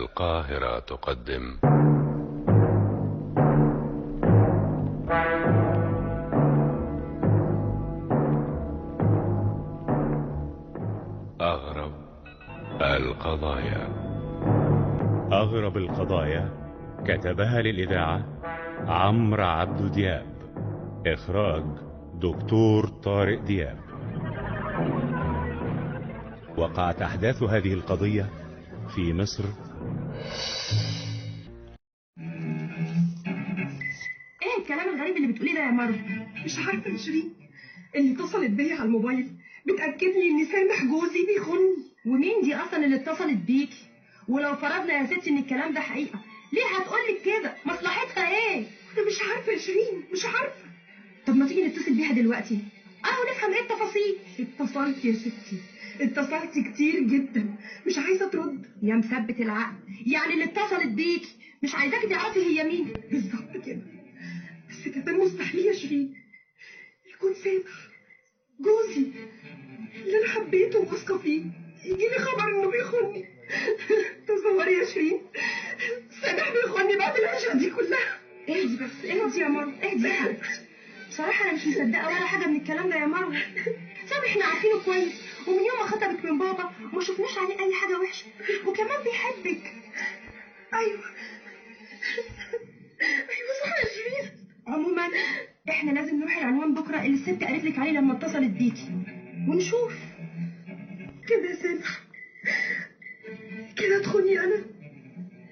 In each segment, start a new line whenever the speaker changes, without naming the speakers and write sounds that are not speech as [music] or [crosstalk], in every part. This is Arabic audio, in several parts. القاهرة تقدم أغرب القضايا
أغرب القضايا كتبها للإذاعة عمرو عبد دياب إخراج دكتور طارق دياب وقعت أحداث هذه القضية في مصر
ايه الكلام الغريب اللي بتقوليه ده يا مرو
مش عارفه يا شيرين اللي اتصلت بيا على الموبايل بتاكد لي ان سامح جوزي بيخون
ومين دي اصلا اللي اتصلت بيكي ولو فرضنا يا ستي ان الكلام ده حقيقه ليه هتقولك كده مصلحتها ايه
انا مش عارفه يا شيرين مش عارفه
طب ما تيجي نتصل بيها دلوقتي اهو نفهم ايه التفاصيل
اتصلت يا ستي اتصلت كتير جدا مش عايزه ترد
يا مثبت العقل يعني اللي اتصلت بيكي مش عايزاكي تعرفي هي مين
بالظبط كده بس كمان مستحيل يا شيرين يكون سامح جوزي اللي انا حبيته وواثقه فيه يجي لي خبر انه بيخوني تصوري يا شيرين سامح بيخوني بعد العشره دي كلها
اهدي بس اهدي يا مرو اهدي يعني. بصراحه انا مش مصدقه ولا حاجه من الكلام ده يا مرو سامح احنا عارفينه كويس ومن يوم ما خطبك من بابا ما شفناش عليه اي حاجه وحشه وكمان بيحبك
ايوه ايوه صح يا شيرين
عموما احنا لازم نروح العنوان بكره اللي الست قالت لك عليه لما اتصلت بيكي ونشوف
كده يا سامح كده تخوني انا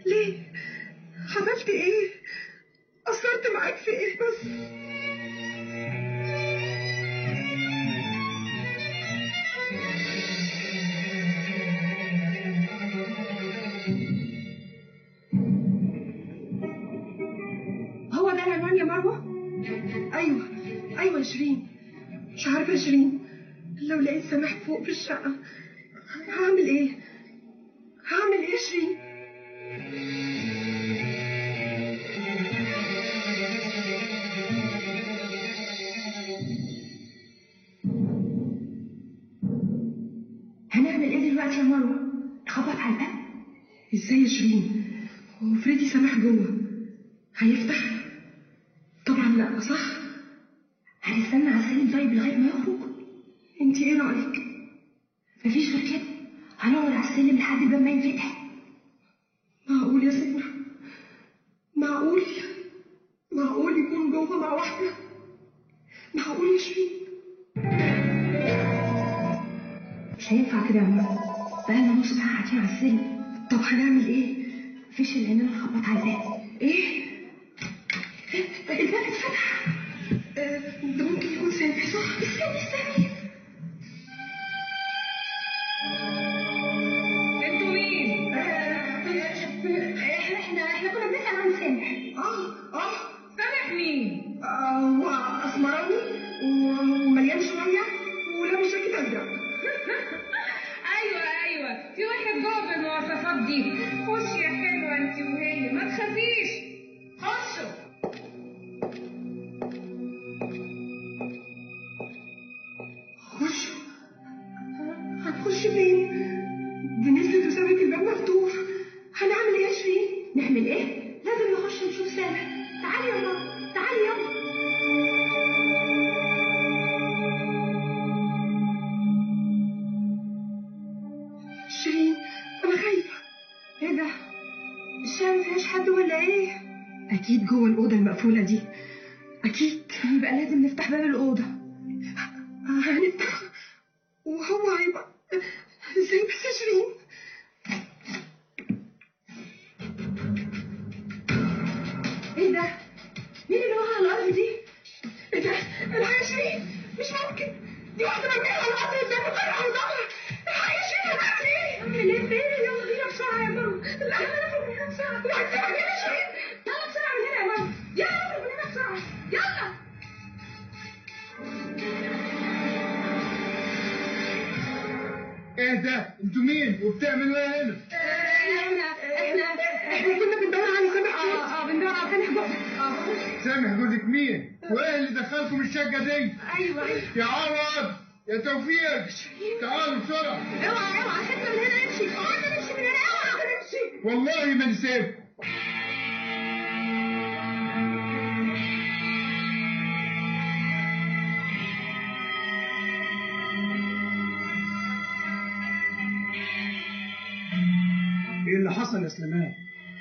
ليه عملت ايه قصرت معاك في ايه بس
هو ده العنوان يا مروه
ايوه ايوه يا شيرين مش عارفه يا شيرين لو لقيت سامح فوق في الشقه هعمل ايه هعمل ايه يا شيرين
هنعمل ايه دلوقتي يا مروه نخبط على الباب
ازاي يا شيرين هو فريدي سامح جوه هيفتح طبعا لا صح
هنستنى على سليم طيب لغايه ما يخرج إيه
انت ايه رايك
مفيش غير كده هنقعد على السلم لحد الباب ما ينفتح
معقول يا سمر معقول معقول يكون جوه مع واحده معقول يا شيرين
مش هينفع كده يا مروه بقالنا نص ساعه قاعدين على السلم
طب هنعمل ايه
مفيش الا ان انا اخبط على الباب
ايه
الباب اتفتح
آه، ده ممكن يكون سامح صح
استني استني
انتوا مين
احنا احنا احنا كنا بنسال عن سامح
اه اه
سامح مين؟
هو اسمراني و- ومليان شويه ولابس جاكيت ازرق
ايوه ايوه في واحد جوه بالمواصفات دي خش يا حلوه انت وهي ما تخافيش خشوا
خش هتخش فين؟ دي نزلت وسابت الباب مفتوح هنعمل ايه يا شيرين؟
نعمل ايه؟ لازم نخش نشوف سامح تعالي يلا تعالي يلا
شيرين انا خايفه إيه
ايه ده؟ الشارع مفيهاش حد ولا ايه؟
اكيد جوه الاوضه المقفوله دي اكيد
يبقى لازم نفتح باب الأوضة
هنفتح وهو هيبقى ازاي بس يا شيرين؟
ايه ده؟ مين اللي وقع على الأرض دي؟ إيه
ايه ده؟ الحقيقه يا شيرين مش ممكن دي واحده مرميه على الارض قدام القرعه على ظهرها الحقيقه يا شيرين هنعمل ايه؟
اعمل ايه فين؟ يلا بينا بسرعة يا ماما
لا هنخرج من هنا بسرعه وهتسيبها هنا يا شيرين
يلا بسرعة من هنا يا ماما يلا نخرج من هنا بسرعة يلا
ايه ده؟ انتوا مين؟ وبتعملوا ايه هنا؟
احنا احنا
احنا كنا بندور على سامح جوه
اه بندور على سامح جوه
سامح جوزك مين؟ وايه اللي دخلكم الشقه دي؟
ايوه ايوه
يا عوض يا توفيق تعالوا بسرعه
اوعى اوعى خدنا من هنا نمشي قعدنا نمشي من هنا اوعى نمشي
والله ما نسيب
ايه اللي حصل يا سليمان؟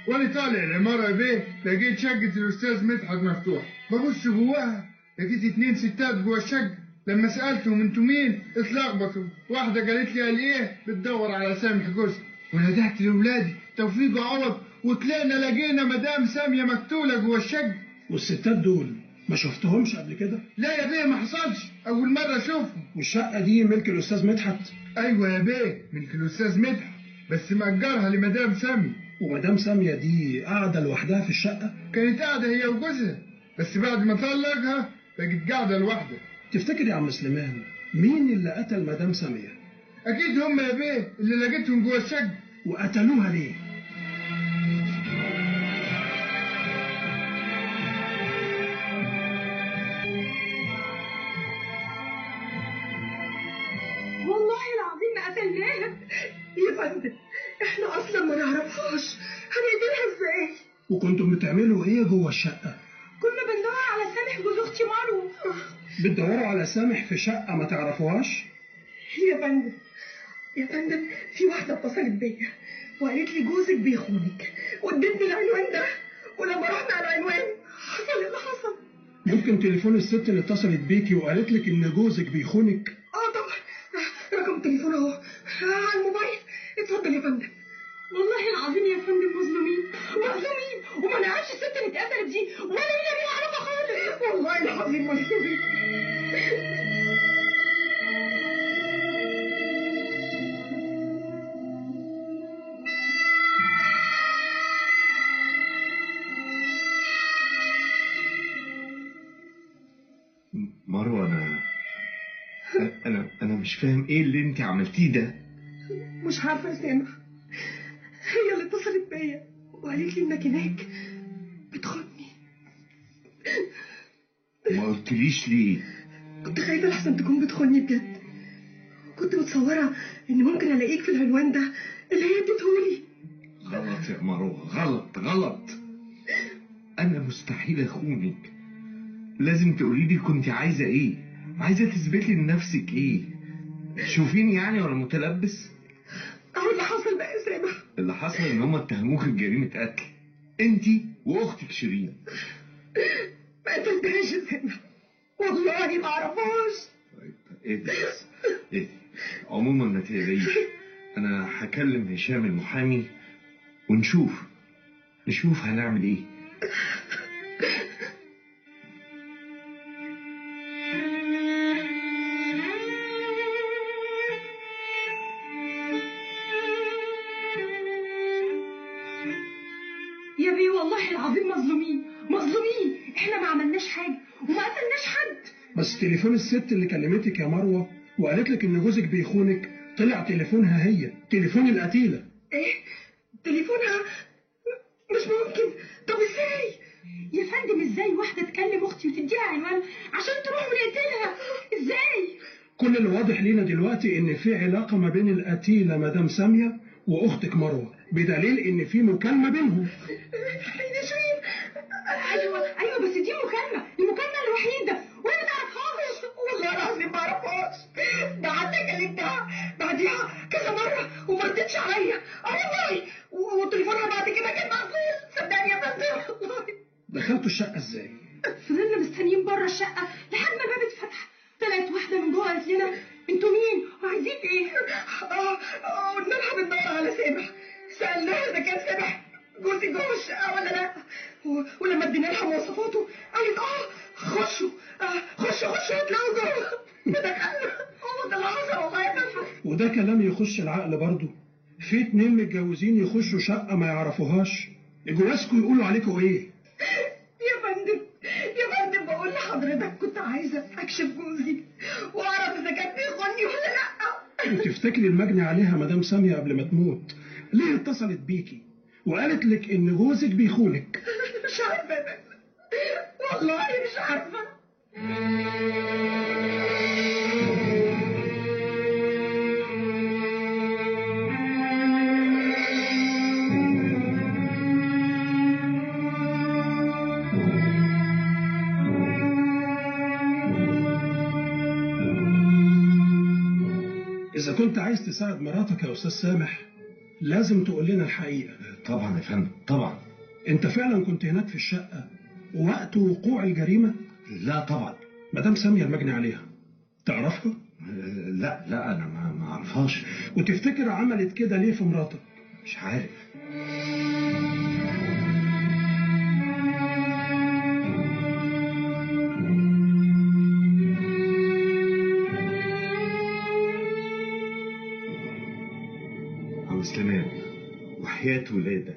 وانا طالع العماره يا بيه لقيت شقه الاستاذ مدحت مفتوح ببص جواها لقيت اتنين ستات جوا الشقه لما سالتهم انتوا مين اتلخبطوا واحده قالت لي قال ايه بتدور على سامح جوزها وندهت لاولادي توفيق وعوض وطلعنا لقينا مدام ساميه مقتوله جوا الشقه
والستات دول ما شفتهمش قبل كده؟
لا يا بيه ما حصلش اول مره اشوفهم
والشقة دي ملك الأستاذ مدحت
ايوه يا بيه ملك الاستاذ مدحت بس مأجرها لمدام ساميه
ومدام سامية دي قاعدة لوحدها في الشقة؟
كانت قاعدة هي وجوزها بس بعد ما طلقها بقت قاعدة لوحدها
تفتكر يا عم سليمان مين اللي قتل مدام سامية؟
أكيد هم يا بيه اللي لقيتهم جوه الشقة
وقتلوها ليه؟
والله العظيم ما قتلناها يا فندم احنا اصلا ما نعرفهاش هنقتلها ازاي
وكنتم بتعملوا ايه جوه الشقة؟
كنا بندور على سامح جوز اختي مارو
بتدوروا على سامح في شقة ما تعرفوهاش؟
يا فندم يا فندم في واحده اتصلت بيا وقالت لي جوزك بيخونك وادتني العنوان ده ولما رحنا على العنوان حصل اللي حصل
ممكن تليفون الست اللي اتصلت بيكي وقالت لك ان جوزك بيخونك
اه طبعا رقم تليفون اهو آه، على الموبايل اتفضل يا فندم والله العظيم يا فندم مظلومين مظلومين وما نعرفش الست اللي اتقتلت دي ولا لينا بيها علاقه خالص والله العظيم مظلومين
مروة أنا أنا أنا مش فاهم إيه اللي أنت عملتيه ده
مش عارفه سامح هي اللي اتصلت بيا وقالت لي انك هناك بتخوني
ما قلتليش ليه
كنت خايفة لحسن تكون بتخوني بجد كنت متصورة إن ممكن ألاقيك في العنوان ده اللي هي اديتهولي
غلط يا مروة غلط غلط أنا مستحيل أخونك لازم تقوليلي كنت عايزة إيه عايزة تثبتي لنفسك إيه تشوفيني يعني وأنا متلبس
أهو اللي حصل بقى يا سامح
اللي حصل إن هما اتهموك بجريمة قتل أنت وأختك شيرين
ما قتلتهاش يا سامح والله ما أعرفهاش
ايه ده بس؟ ايه عموما ما تقلقيش انا هكلم هشام المحامي ونشوف نشوف هنعمل ايه
يا بيه والله العظيم مظلومين مظلومين إحنا ما عملناش حاجة وما قتلناش حد
بس تليفون الست اللي كلمتك يا مروة وقالت لك ان جوزك بيخونك طلع تليفونها هي تليفون القتيلة
إيه تليفونها م- مش ممكن طب إزاي يا فندم إزاي واحدة تكلم أختي وتديها عنوان عشان تروح ونقتلها إزاي
كل اللي واضح لينا دلوقتي ان في علاقة ما بين القتيلة مدام سامية واختك مروة بدليل ان في مكالمة بينهم
يا شيرين ايوه ايوه بس دي مكالمه المكالمه الوحيده وانا ما اعرفهاش والله العظيم ما اعرفهاش ده حتى كلمتها بعديها كذا مره وما ردتش عليا اه والله و- وتليفونها بعد كده كان مقفول صدقني يا فندم [laughs] والله
دخلتوا الشقة ازاي؟
فضلنا مستنيين بره الشقه لحد ما الباب اتفتح طلعت واحده من جوه قالت لنا انتوا مين وعايزين ايه؟ اه اه قلنا لها بندور على سامح سالناها اذا كان سامح جوزي جوه الشقه ولا لا و- ولما ادينا لها مواصفاته قالت اه خشوا آه خشوا خشوا هتلاقوا جوه [laughs] فدخلنا هو ده اللي حصل والله يا سامح
وده كلام يخش العقل برضه في اتنين متجوزين يخشوا شقة ما يعرفوهاش جوازكوا يقولوا عليكوا ايه؟
يا فندم يا فندم بقول لحضرتك كنت عايزه اكشف جوزي واعرف اذا كان بيخوني ولا لا
وتفتكري المجني عليها مدام سامية قبل ما تموت ليه اتصلت بيكي وقالت لك ان جوزك بيخونك
مش عارفة يا بابا. والله مش عارفة
كنت عايز تساعد مراتك يا أستاذ سامح لازم تقول لنا الحقيقة
طبعا يا فندم طبعا
أنت فعلا كنت هناك في الشقة وقت وقوع الجريمة
لا طبعا
مدام سامية المجني عليها تعرفها
آه، لا لا انا ما ما اعرفهاش
وتفتكر عملت كده ليه في مراتك
مش عارف عم سليمان وحياة ولادة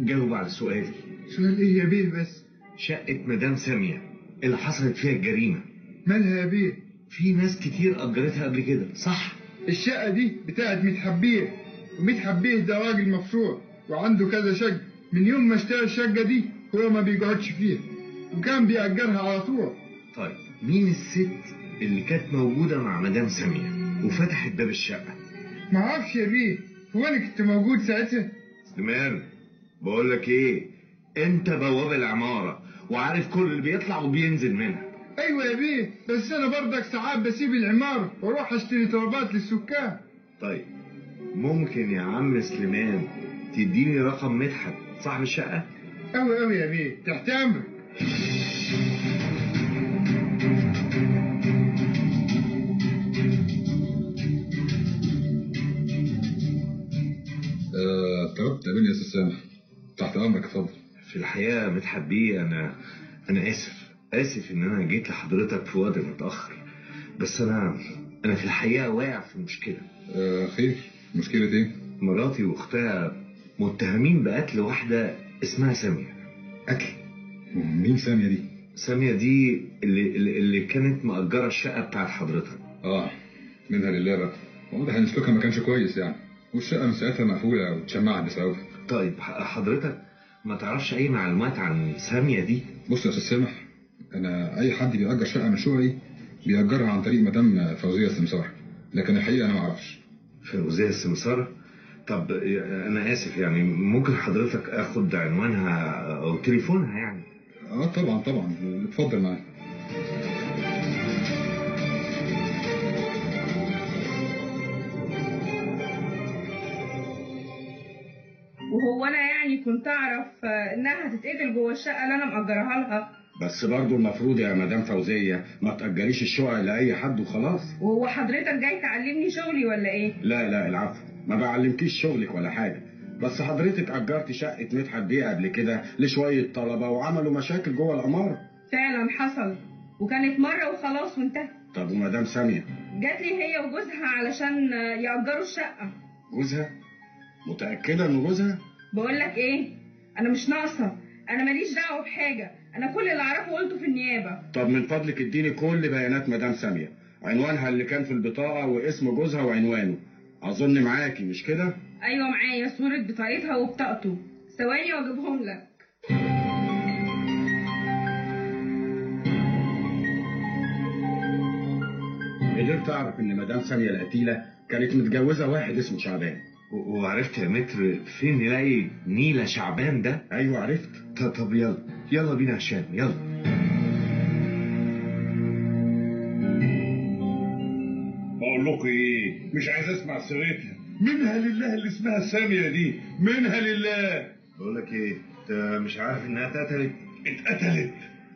جاوب على سؤالي
سؤال ايه يا بيه بس
شقة مدام سامية اللي حصلت فيها الجريمة
مالها يا بيه
في ناس كتير أجرتها قبل كده صح؟
الشقة دي بتاعت متحبيه ومتحبيه ده راجل مفروع وعنده كذا شقة من يوم ما اشترى الشقة دي هو ما بيقعدش فيها وكان بيأجرها على طول
طيب مين الست اللي كانت موجودة مع مدام سامية وفتحت باب الشقة؟
معرفش يا بيه هو انا كنت موجود ساعتها
سليمان بقول لك إيه؟ أنت بواب العمارة وعارف كل اللي بيطلع وبينزل منها
ايوه يا بيه بس انا برضك ساعات بسيب العمارة واروح اشتري طلبات للسكان
طيب ممكن يا عم سليمان تديني رقم مدحت صاحب الشقة؟
اوي اوي يا بيه تحت امرك
طلبت تقابلني آه، يا استاذ سامح تحت امرك يا فضل
في الحقيقة متحبيه أنا أنا آسف آسف إن أنا جيت لحضرتك في وقت متأخر بس أنا أنا في الحقيقة واقع في مشكلة
آه خير مشكلة ايه؟
مراتي وأختها متهمين بقتل واحدة اسمها سامية قتل
مين سامية دي؟
سامية دي اللي, اللي اللي كانت مأجرة الشقة بتاعت حضرتك
اه منها لله بقى واضح ان سلوكها ما كانش كويس يعني والشقة من ساعتها مقفولة واتشمعت بسببها
طيب ح- حضرتك ما تعرفش أي معلومات عن سامية دي
بص يا استاذ سامح انا اي حد بيأجر شقة من شققي بيأجرها عن طريق مدام فوزية السمسار لكن الحقيقة انا ما اعرفش
فوزية السمسار طب يا- أنا آسف يعني ممكن حضرتك آخد عنوانها أو تليفونها يعني
اه طبعا طبعا اتفضل معايا
[laughs] وهو انا يعني كنت اعرف آه، انها هتتقتل جوه الشقه اللي انا مأجرها لها
بس برضه المفروض يا مدام فوزية ما تأجريش الشقق لأي حد وخلاص
وهو حضرتك جاي تعلمني شغلي ولا ايه
لا لا العفو ما بعلمكيش شغلك ولا حاجة بس حضرتك أجرتي شقة مدحت بيه قبل كده لشوية طلبة وعملوا مشاكل جوه العمارة
فعلا حصل وكانت مره وخلاص وانتهت
طب ومدام سامية
جات لي هي وجوزها علشان آه، يأجروا الشقه
جوزها متأكدة إن جوزها
بقول لك ايه انا مش ناقصه انا ماليش دعوه بحاجه انا كل اللي اعرفه قلته في النيابه
طب من فضلك اديني كل بيانات مدام سامية عنوانها اللي كان في البطاقة واسم جوزها وعنوانه أظن معاكي مش كده؟
ايوه معايا صوره بطاقتها وبطاقته ثواني واجيبهم لك
قدرت اعرف ان مدام ساميه القتيله كانت متجوزه واحد اسمه شعبان وعرفت يا متر فين نلاقي نيلة شعبان ده؟ ايوه عرفت طب, طب يلا يلا بينا هشام يلا
بقول لكم ايه مش عايز اسمع سيرتها منها لله اللي اسمها ساميه دي منها لله
بقول لك ايه انت مش عارف انها اتقتلت؟
اتقتلت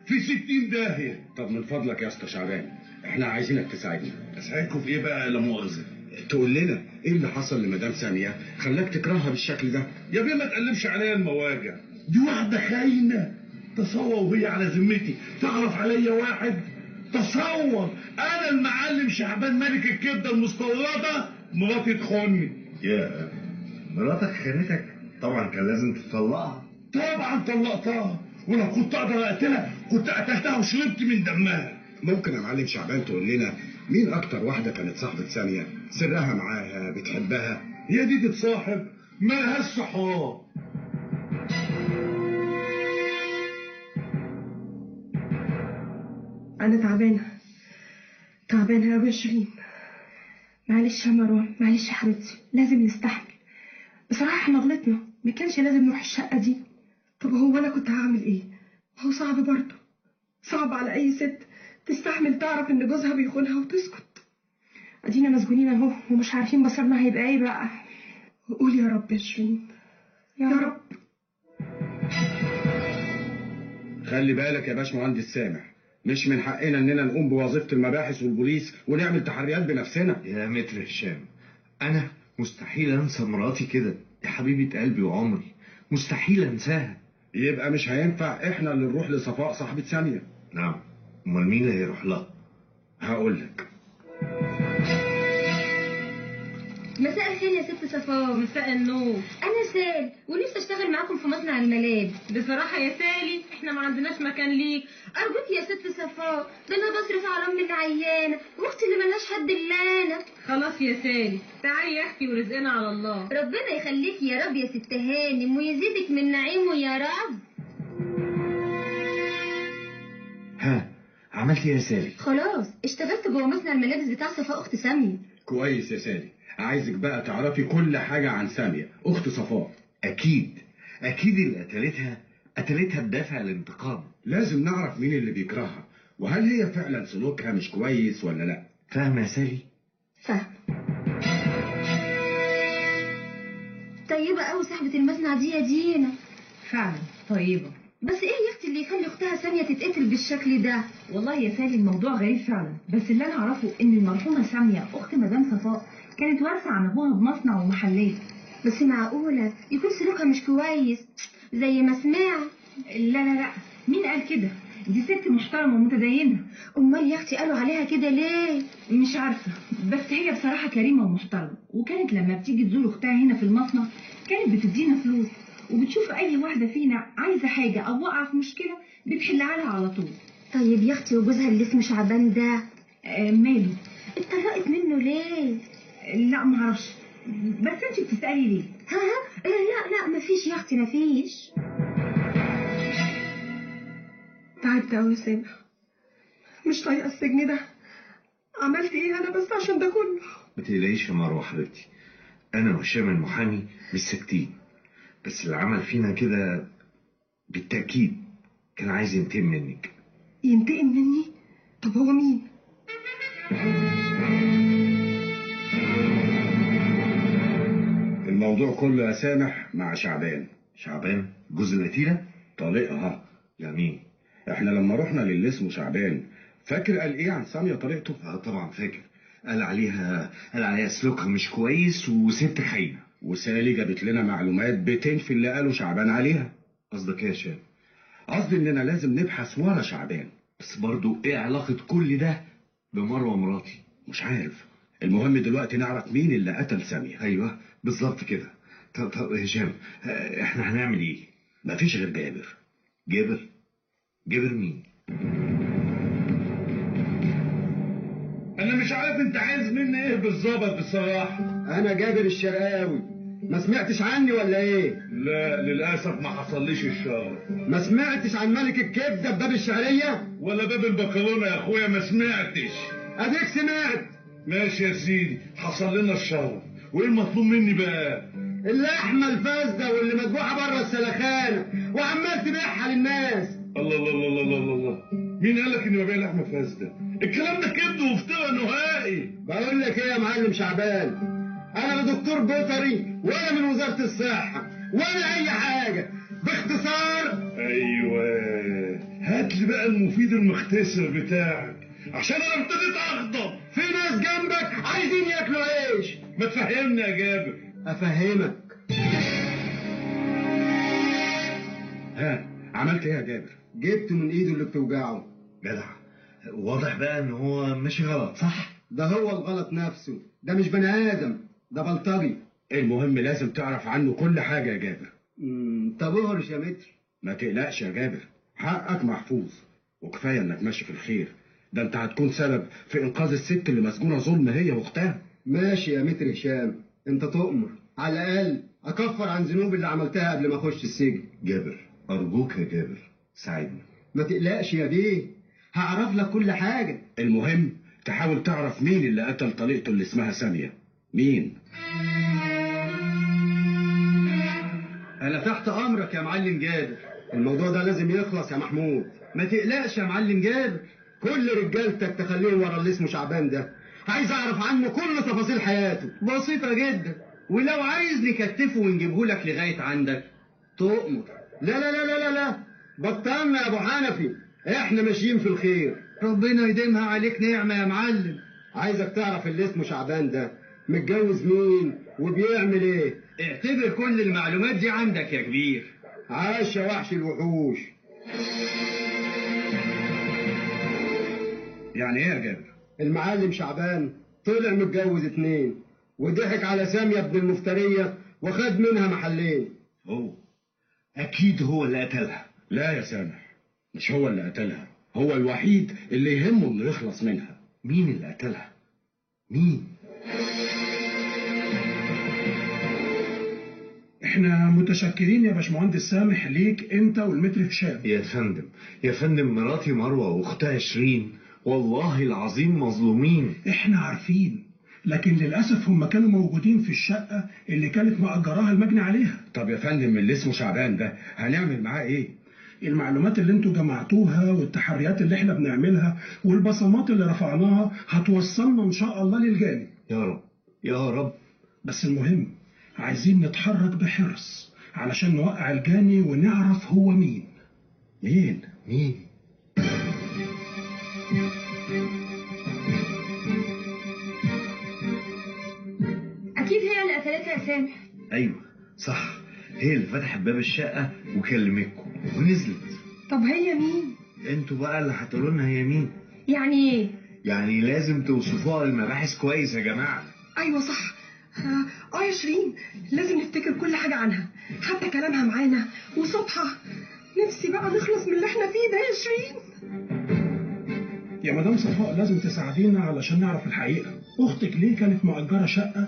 في ستين داهيه
طب من فضلك يا اسطى شعبان احنا عايزينك تساعدنا
اساعدكم في ايه بقى لا مؤاخذه
تقول لنا ايه اللي حصل لمدام ساميه خلاك تكرهها بالشكل ده؟
يا بيه ما تقلبش عليا المواجع دي واحده خاينه تصور وهي على ذمتي تعرف عليا واحد تصور انا المعلم شعبان ملك الكبده المستورده مراتي تخوني
يا مراتك خانتك؟ طبعا كان لازم تطلقها
طبعا طلقتها ولو كنت اقدر اقتلها كنت قتلتها وشربت من دمها
ممكن يا معلم شعبان تقول لنا مين اكتر واحده كانت صاحبه ساميه؟ سرها معاها بتحبها؟
هي دي تتصاحب مالهاش صحاب
أنا تعبانة تعبانة أوي يا شيرين
معلش يا مروان معلش يا حبيبتي لازم نستحمل بصراحة احنا غلطنا ما كانش لازم نروح الشقة دي
طب هو أنا كنت هعمل إيه؟ ما هو صعب برضه صعب على أي ست تستحمل تعرف إن جوزها بيخونها وتسكت
ادينا مسجونين اهو ومش عارفين بصرنا هيبقى
إيه
ايه بقى
قول يا رب يا شيرين
يا رب
خلي بالك يا باشمهندس سامح مش من حقنا اننا نقوم بوظيفه المباحث والبوليس ونعمل تحريات بنفسنا
يا متر هشام انا مستحيل انسى مراتي كده دي حبيبه قلبي وعمري مستحيل انساها
يبقى مش هينفع احنا اللي نروح لصفاء صاحبه ثانيه
نعم امال مين اللي هيروح لها
هقول لك
مساء الخير يا ست صفاء
مساء النور
انا سال ونفسي اشتغل معاكم في مصنع الملابس
بصراحه يا سالي احنا ما عندناش مكان ليك
ارجوك يا ست صفاء ده انا بصرف على امي العيانه واختي اللي ملهاش حد الا انا
خلاص يا سالي تعالي يا اختي ورزقنا على الله
ربنا يخليكي يا رب يا ست هانم ويزيدك من نعيمه يا رب
ها عملت ايه يا سالي
خلاص اشتغلت جوه مصنع الملابس بتاع صفاء اخت ساميه
كويس يا سالي عايزك بقى تعرفي كل حاجه عن ساميه اخت صفاء
اكيد اكيد اللي قتلتها قتلتها بدافع الانتقام
لازم نعرف مين اللي بيكرهها وهل هي فعلا سلوكها مش كويس ولا لا
فاهم يا سالي
فاهم طيبة أوي صاحبة المصنع دي يا دينا
فعلا طيبة
بس إيه يا أختي اللي يخلي أختها سامية تتقتل بالشكل ده؟
والله يا سالي الموضوع غريب فعلا بس اللي أنا أعرفه إن المرحومة سامية أخت مدام صفاء كانت وارثة عن أبوها بمصنع ومحلات
بس معقولة يكون سلوكها مش كويس زي ما سمع
لا لا لا مين قال كده دي ست محترمة ومتدينة
أمال يا أختي قالوا عليها كده ليه؟
مش عارفة بس هي بصراحة كريمة ومحترمة وكانت لما بتيجي تزور أختها هنا في المصنع كانت بتدينا فلوس وبتشوف أي واحدة فينا عايزة حاجة أو واقعة في مشكلة بتحلها لها على طول
طيب يا أختي وجوزها اللي اسمه شعبان ده
آه ماله؟
اتطلقت منه ليه؟
لا معرفش بس انت بتسألي ليه؟
ها ها لا لا مفيش يا أختي مفيش
تعبت أوي يا سامح مش طايقة السجن ده عملت إيه أنا بس عشان ده كله
ما تقلقيش يا مروه حبيبتي انا وهشام المحامي مش ساكتين بس اللي عمل فينا كده بالتاكيد كان عايز ينتقم منك
ينتقم مني طب هو مين
الموضوع كله يا سامح مع شعبان
شعبان جوز الوتيره
طليقها
لا مين
احنا لما رحنا للي اسمه شعبان فاكر قال ايه عن ساميه طريقته
اه طبعا فاكر قال عليها قال عليها سلوكها مش كويس وست خاينه
وسالي جابت لنا معلومات بتنفي اللي قاله شعبان عليها
قصدك ايه يا شام
قصدي اننا لازم نبحث ورا شعبان
بس برضو ايه علاقه كل ده بمروه مراتي
مش عارف المهم دلوقتي نعرف مين اللي قتل ساميه
ايوه بالظبط كده طب طب هشام آه، احنا هنعمل ايه
مفيش غير جابر
جابر جابر مين
انا مش عارف انت عايز مني ايه بالظبط بصراحه
انا جابر الشرقاوي ما سمعتش عني ولا ايه
لا للاسف ما حصليش الشر
ما سمعتش عن ملك الكبده بباب الشعريه
ولا باب البكالونه يا اخويا ما سمعتش
اديك سمعت
ماشي يا سيدي حصل لنا الشر وايه المطلوب مني بقى
اللحمه الفاسده واللي مذبوحه بره السلخانه وعمال تبيعها للناس
الله الله الله الله الله الله مين قال لك اني ببيع لحمه فاسده الكلام ده كذب وفتره نهائي
بقول لك ايه يا معلم شعبان انا لا دكتور بيطري ولا من وزاره الصحه ولا اي حاجه باختصار
ايوه هات لي بقى المفيد المختصر بتاعك عشان انا ابتديت اغضب
في ناس جنبك عايزين ياكلوا عيش
ما تفهمني يا جابر
افهمك ها عملت ايه يا جابر
إيه جبت من ايده اللي بتوجعه
جدع واضح بقى ان هو ماشي غلط صح
ده هو الغلط نفسه ده مش بني ادم ده بلطجي
المهم لازم تعرف عنه كل حاجة يا جابر
طب اهرش يا متر
ما تقلقش يا جابر حقك محفوظ وكفاية انك ماشي في الخير ده انت هتكون سبب في انقاذ الست اللي مسجونة ظلم هي واختها
ماشي يا متر هشام انت تؤمر على الاقل اكفر عن ذنوب اللي عملتها قبل ما اخش السجن
جابر ارجوك يا جابر ساعدنا
ما تقلقش يا بيه هعرف لك كل حاجة
المهم تحاول تعرف مين اللي قتل طليقته اللي اسمها سامية مين
أنا تحت أمرك يا معلم جابر الموضوع ده لازم يخلص يا محمود ما تقلقش يا معلم جابر كل رجالتك تخليهم ورا اللي اسمه شعبان ده
عايز اعرف عنه كل تفاصيل حياته بسيطة جدا ولو عايز نكتفه ونجيبه لك لغاية عندك تؤمر لا لا لا لا لا, لا. بطلنا يا ابو حنفي احنا ماشيين في الخير ربنا يديمها عليك نعمة يا معلم عايزك تعرف اللي اسمه شعبان ده متجوز مين وبيعمل ايه اعتبر كل المعلومات دي عندك يا كبير عاش يا وحش الوحوش يعني ايه يا جابر؟ المعلم شعبان طلع متجوز اتنين وضحك على سامية ابن المفترية وخد منها محلين
هو اكيد هو اللي قتلها لا يا سامح مش هو اللي قتلها هو الوحيد اللي يهمه انه يخلص منها مين اللي قتلها مين
احنا متشكرين يا باشمهندس سامح ليك انت والمتر هشام
يا فندم يا فندم مراتي مروة واختها شيرين والله العظيم مظلومين
احنا عارفين لكن للاسف هم كانوا موجودين في الشقه اللي كانت مأجراها المجني عليها
طب يا فندم اللي اسمه شعبان ده هنعمل معاه ايه
المعلومات اللي انتوا جمعتوها والتحريات اللي احنا بنعملها والبصمات اللي رفعناها هتوصلنا ان شاء الله للجانب
يا رب يا رب
بس المهم عايزين نتحرك بحرص علشان نوقع الجاني ونعرف هو مين
مين مين
اكيد هي اللي قتلتها يا سامح
أيوه،
ايوه صح هي اللي فتحت باب الشقه وكلمتكم ونزلت
طب هي مين
انتوا بقى اللي هتقولوا لنا هي مين
يعني ايه
يعني لازم توصفوها المباحث كويس يا جماعه
ايوه صح آه، اه يا شيرين لازم نفتكر كل حاجه عنها حتى كلامها معانا وصوتها نفسي بقى نخلص من اللي احنا فيه ده يا شيرين
يا مدام صفاء لازم تساعدينا علشان نعرف الحقيقه اختك ليه كانت مأجره شقه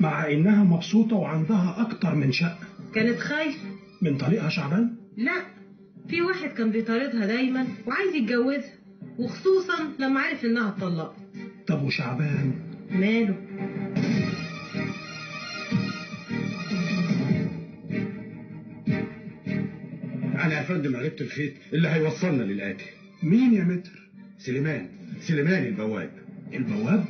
مع انها مبسوطه وعندها اكتر من شقه
كانت خايفة
من طريقها شعبان
لا في واحد كان بيطاردها دايما وعايز يتجوزها وخصوصا لما عرف انها اتطلقت
طب وشعبان
ماله
انا يا فندم عرفت الخيط اللي هيوصلنا للقاتل
مين يا متر
سليمان سليمان البواب
البواب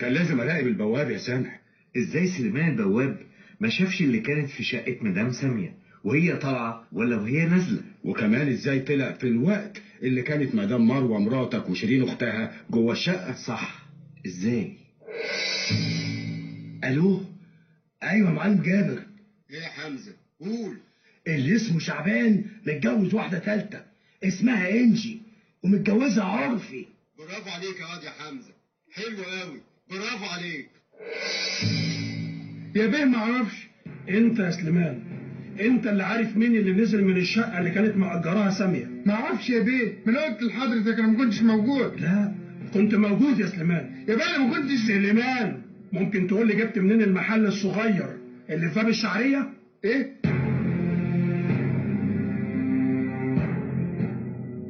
كان لازم اراقب البواب يا سامح
ازاي سليمان البواب ما شافش اللي كانت في شقه مدام ساميه وهي طالعه ولا وهي نازله
وكمان ازاي طلع في الوقت اللي كانت مدام مروه مراتك وشيرين اختها جوه الشقه
صح ازاي الو أيوة
ايوه يا معلم جابر
ايه يا حمزه قول
اللي اسمه شعبان متجوز واحده ثالثه اسمها انجي ومتجوزها عرفي
برافو عليك يا واد يا حمزه حلو قوي برافو عليك
يا بيه ما اعرفش
انت يا سليمان انت اللي عارف مين اللي نزل من الشقه اللي كانت مأجراها ساميه
ما اعرفش يا بيه من قلت لحضرتك انا ما كنتش موجود
لا كنت موجود يا سليمان
يا بيه انا ما كنتش
سليمان ممكن تقول لي جبت منين المحل الصغير اللي في باب إيه؟ الشعريه
ايه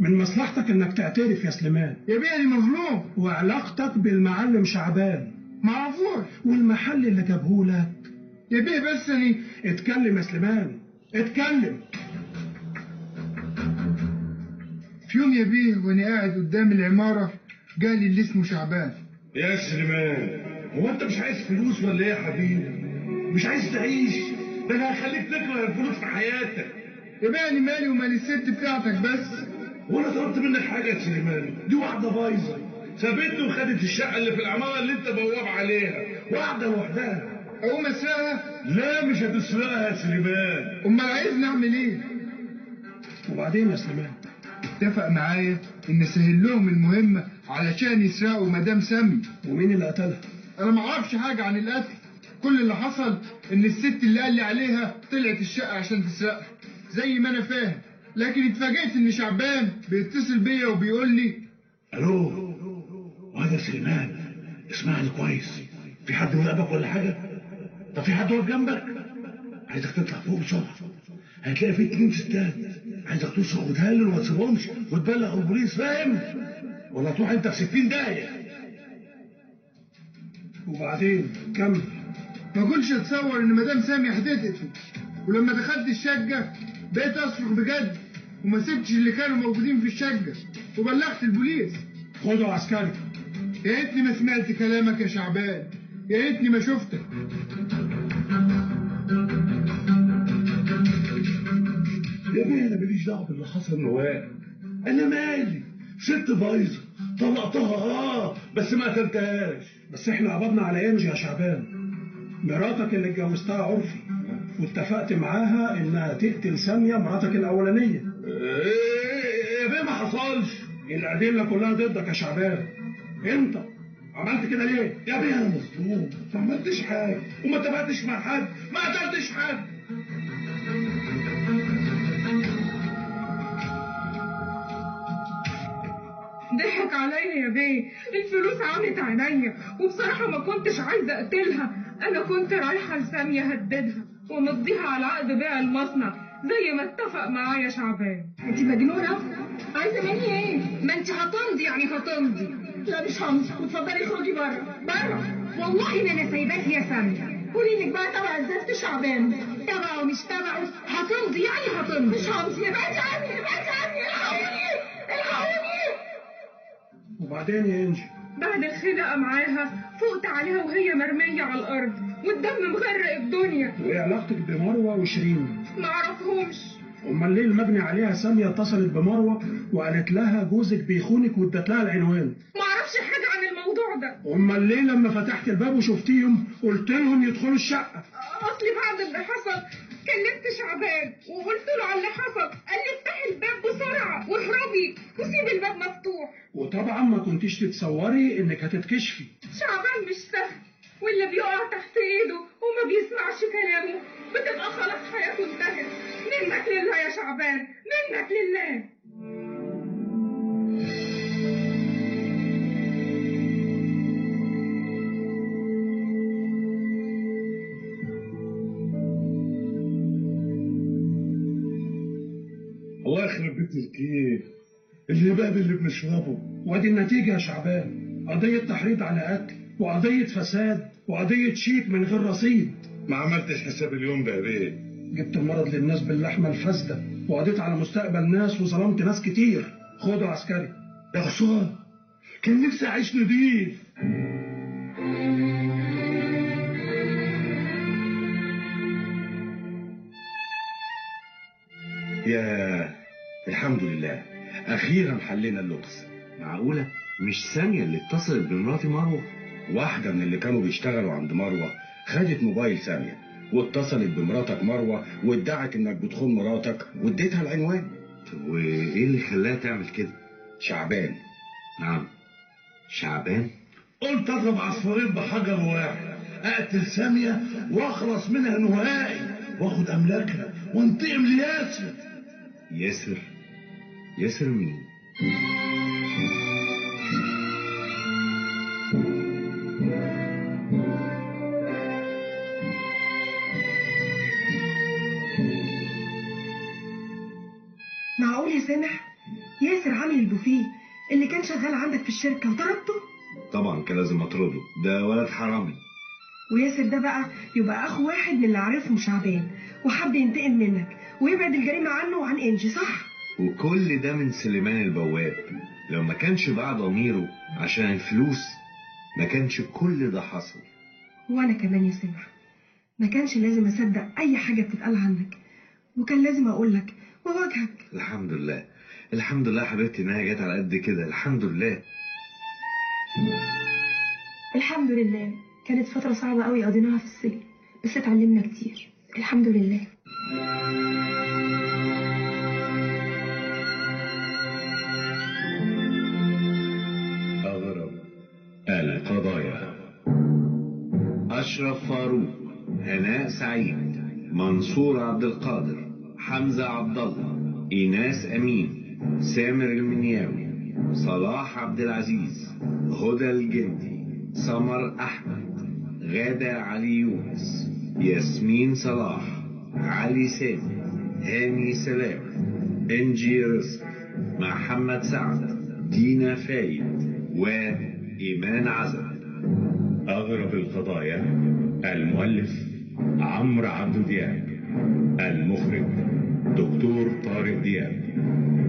من مصلحتك انك تعترف يا سليمان
يا بيه انا مظلوم
وعلاقتك بالمعلم شعبان
معفوش
والمحل اللي جابهولك
يا بيه بس انا
اتكلم يا سليمان اتكلم
في يوم يا بيه وانا قاعد قدام العماره جالي اللي اسمه شعبان
يا سليمان هو انت مش عايز فلوس ولا ايه يا حبيبي مش عايز تعيش ده انا هخليك تكره الفلوس في حياتك
يا بيه انا مالي ومال الست بتاعتك بس
وانا طلبت منك حاجه يا سليمان دي واحده بايظه سابتني وخدت الشقه اللي في العماره اللي انت بواب عليها واحده لوحدها
اقوم اسرقها
لا مش هتسرقها يا سليمان
امال عايزني اعمل ايه
وبعدين يا سليمان
اتفق معايا ان اسهل لهم المهمه علشان يسرقوا مدام سامي
ومين اللي قتلها
انا ما اعرفش حاجه عن القتل كل اللي حصل ان الست اللي قال لي عليها طلعت الشقه عشان تسرقها زي ما انا فاهم لكن اتفاجئت ان شعبان بيتصل بيا وبيقول لي
الو وهذا سليمان اسمعني كويس في حد مراقبك ولا حاجه طب في حد واقف جنبك عايزك تطلع فوق بسرعه هتلاقي في اتنين ستات عايزك تشرب وتهلل وما تسيبهمش وتبلغ البوليس فاهم ولا تروح انت في 60 داهيه
وبعدين كمل
ما كنتش اتصور ان مدام سامي هتتقتل ولما دخلت الشقه بقيت اصرخ بجد وما سبتش اللي كانوا موجودين في الشقه وبلغت البوليس خدوا عسكري يا ريتني ما سمعت كلامك يا شعبان يا ريتني ما شفتك
يا بيه انا ماليش دعوه باللي حصل نوال انا مالي ست بايظه طلقتها
آه،
اه بس ما قتلتهاش
بس احنا قبضنا على انجي يا شعبان مراتك اللي اتجوزتها عرفي واتفقت معاها انها تقتل ساميه مراتك الاولانيه
إيه،
ايه يا بيه ما حصلش
الادله كلها ضدك يا شعبان انت عملت كده ليه
يا بيه انا مظلوم ما عملتش حاجه وما اتفقتش مع حد ما قتلتش حد
ضحك عليا يا بيه الفلوس عمت عينيا وبصراحة ما كنتش عايزة أقتلها أنا كنت رايحة لسامية هددها ومضيها على عقد بيع المصنع زي ما اتفق معايا شعبان انت مجنونة؟ عايزة مني ايه؟ ما انت هتمضي يعني هتمضي لا مش همضي وتفضلي اخرجي بره بره والله ما انا سايباكي يا سامية قولي لك بقى تبع الزفت شعبان تبعه مش تبعه هتمضي يعني هتمضي مش همضي ابعدي عني ابعدي عني الحقوني الحقوني
وبعدين يا انجي
بعد الخناقة معاها فقت عليها وهي مرمية على الأرض والدم مغرق الدنيا
وايه علاقتك بمروه وشيرين
معرفهمش
امال ليه المجني عليها ساميه اتصلت بمروه وقالت لها جوزك بيخونك وادت لها العنوان
معرفش حاجة عن الموضوع ده
امال ليه لما فتحت الباب وشفتيهم قلت لهم يدخلوا الشقه
أصلي بعد اللي حصل كلمت شعبان وقلت له على اللي حصل قال لي افتحي الباب بسرعة واهربي وسيبي الباب مفتوح
وطبعا ما كنتيش تتصوري انك هتتكشفي
شعبان مش سهل واللي بيقع تحت ايده وما بيسمعش كلامه بتبقى خلاص حياته انتهت منك لله يا شعبان منك لله
الله يخرب بيت الكيف اللي باب اللي بنشربه
وادي النتيجه يا شعبان قضيه تحريض على قتل وقضيه فساد وقضيه شيك من غير رصيد
ما عملتش حساب اليوم ده يا بيه
جبت المرض للناس باللحمه الفاسده وقضيت على مستقبل ناس وظلمت ناس كتير خدوا عسكري
يا حصان كان نفسي اعيش نضيف
يا الحمد لله اخيرا حلينا اللغز معقوله مش ثانيه اللي اتصلت بمراتي مروه واحده من اللي كانوا بيشتغلوا عند مروه خدت موبايل ثانيه واتصلت بمراتك مروه وادعت انك بتخون مراتك واديتها العنوان وايه اللي خلاها تعمل كده شعبان نعم شعبان
قلت اضرب عصفورين بحجر واحد اقتل ساميه واخلص منها نهائي واخد املاكها وانتقم لياسر
ياسر ياسر مين
معقول يا سامح ياسر عامل البوفيه اللي كان شغال عندك في الشركة وطردته
طبعا كان لازم اطرده ده ولد حرامي
وياسر ده بقى يبقى أخو واحد من اللي عارفهم شعبان وحب ينتقم منك ويبعد الجريمة عنه وعن إنجي صح؟
وكل ده من سليمان البواب لو ما كانش باع ضميره عشان الفلوس ما كانش كل ده حصل
وأنا كمان يا سامح ما كانش لازم أصدق أي حاجة بتتقال عنك وكان لازم أقول لك وأواجهك
الحمد لله الحمد لله حبيبتي انها جت على قد كده الحمد لله
الحمد لله كانت فترة صعبة قوي قضيناها في السجن بس اتعلمنا كتير الحمد لله
أغرب القضايا أشرف فاروق هناء سعيد منصور عبد القادر حمزة عبد الله إيناس أمين سامر المنياوي صلاح عبد العزيز هدى الجندي سمر أحمد غادة علي يونس ياسمين صلاح علي سامي هاني سلام إنجي رزق محمد سعد دينا فايد وإيمان عزب
أغرب القضايا المؤلف عمرو عبد دياب المخرج
دكتور طارق دياب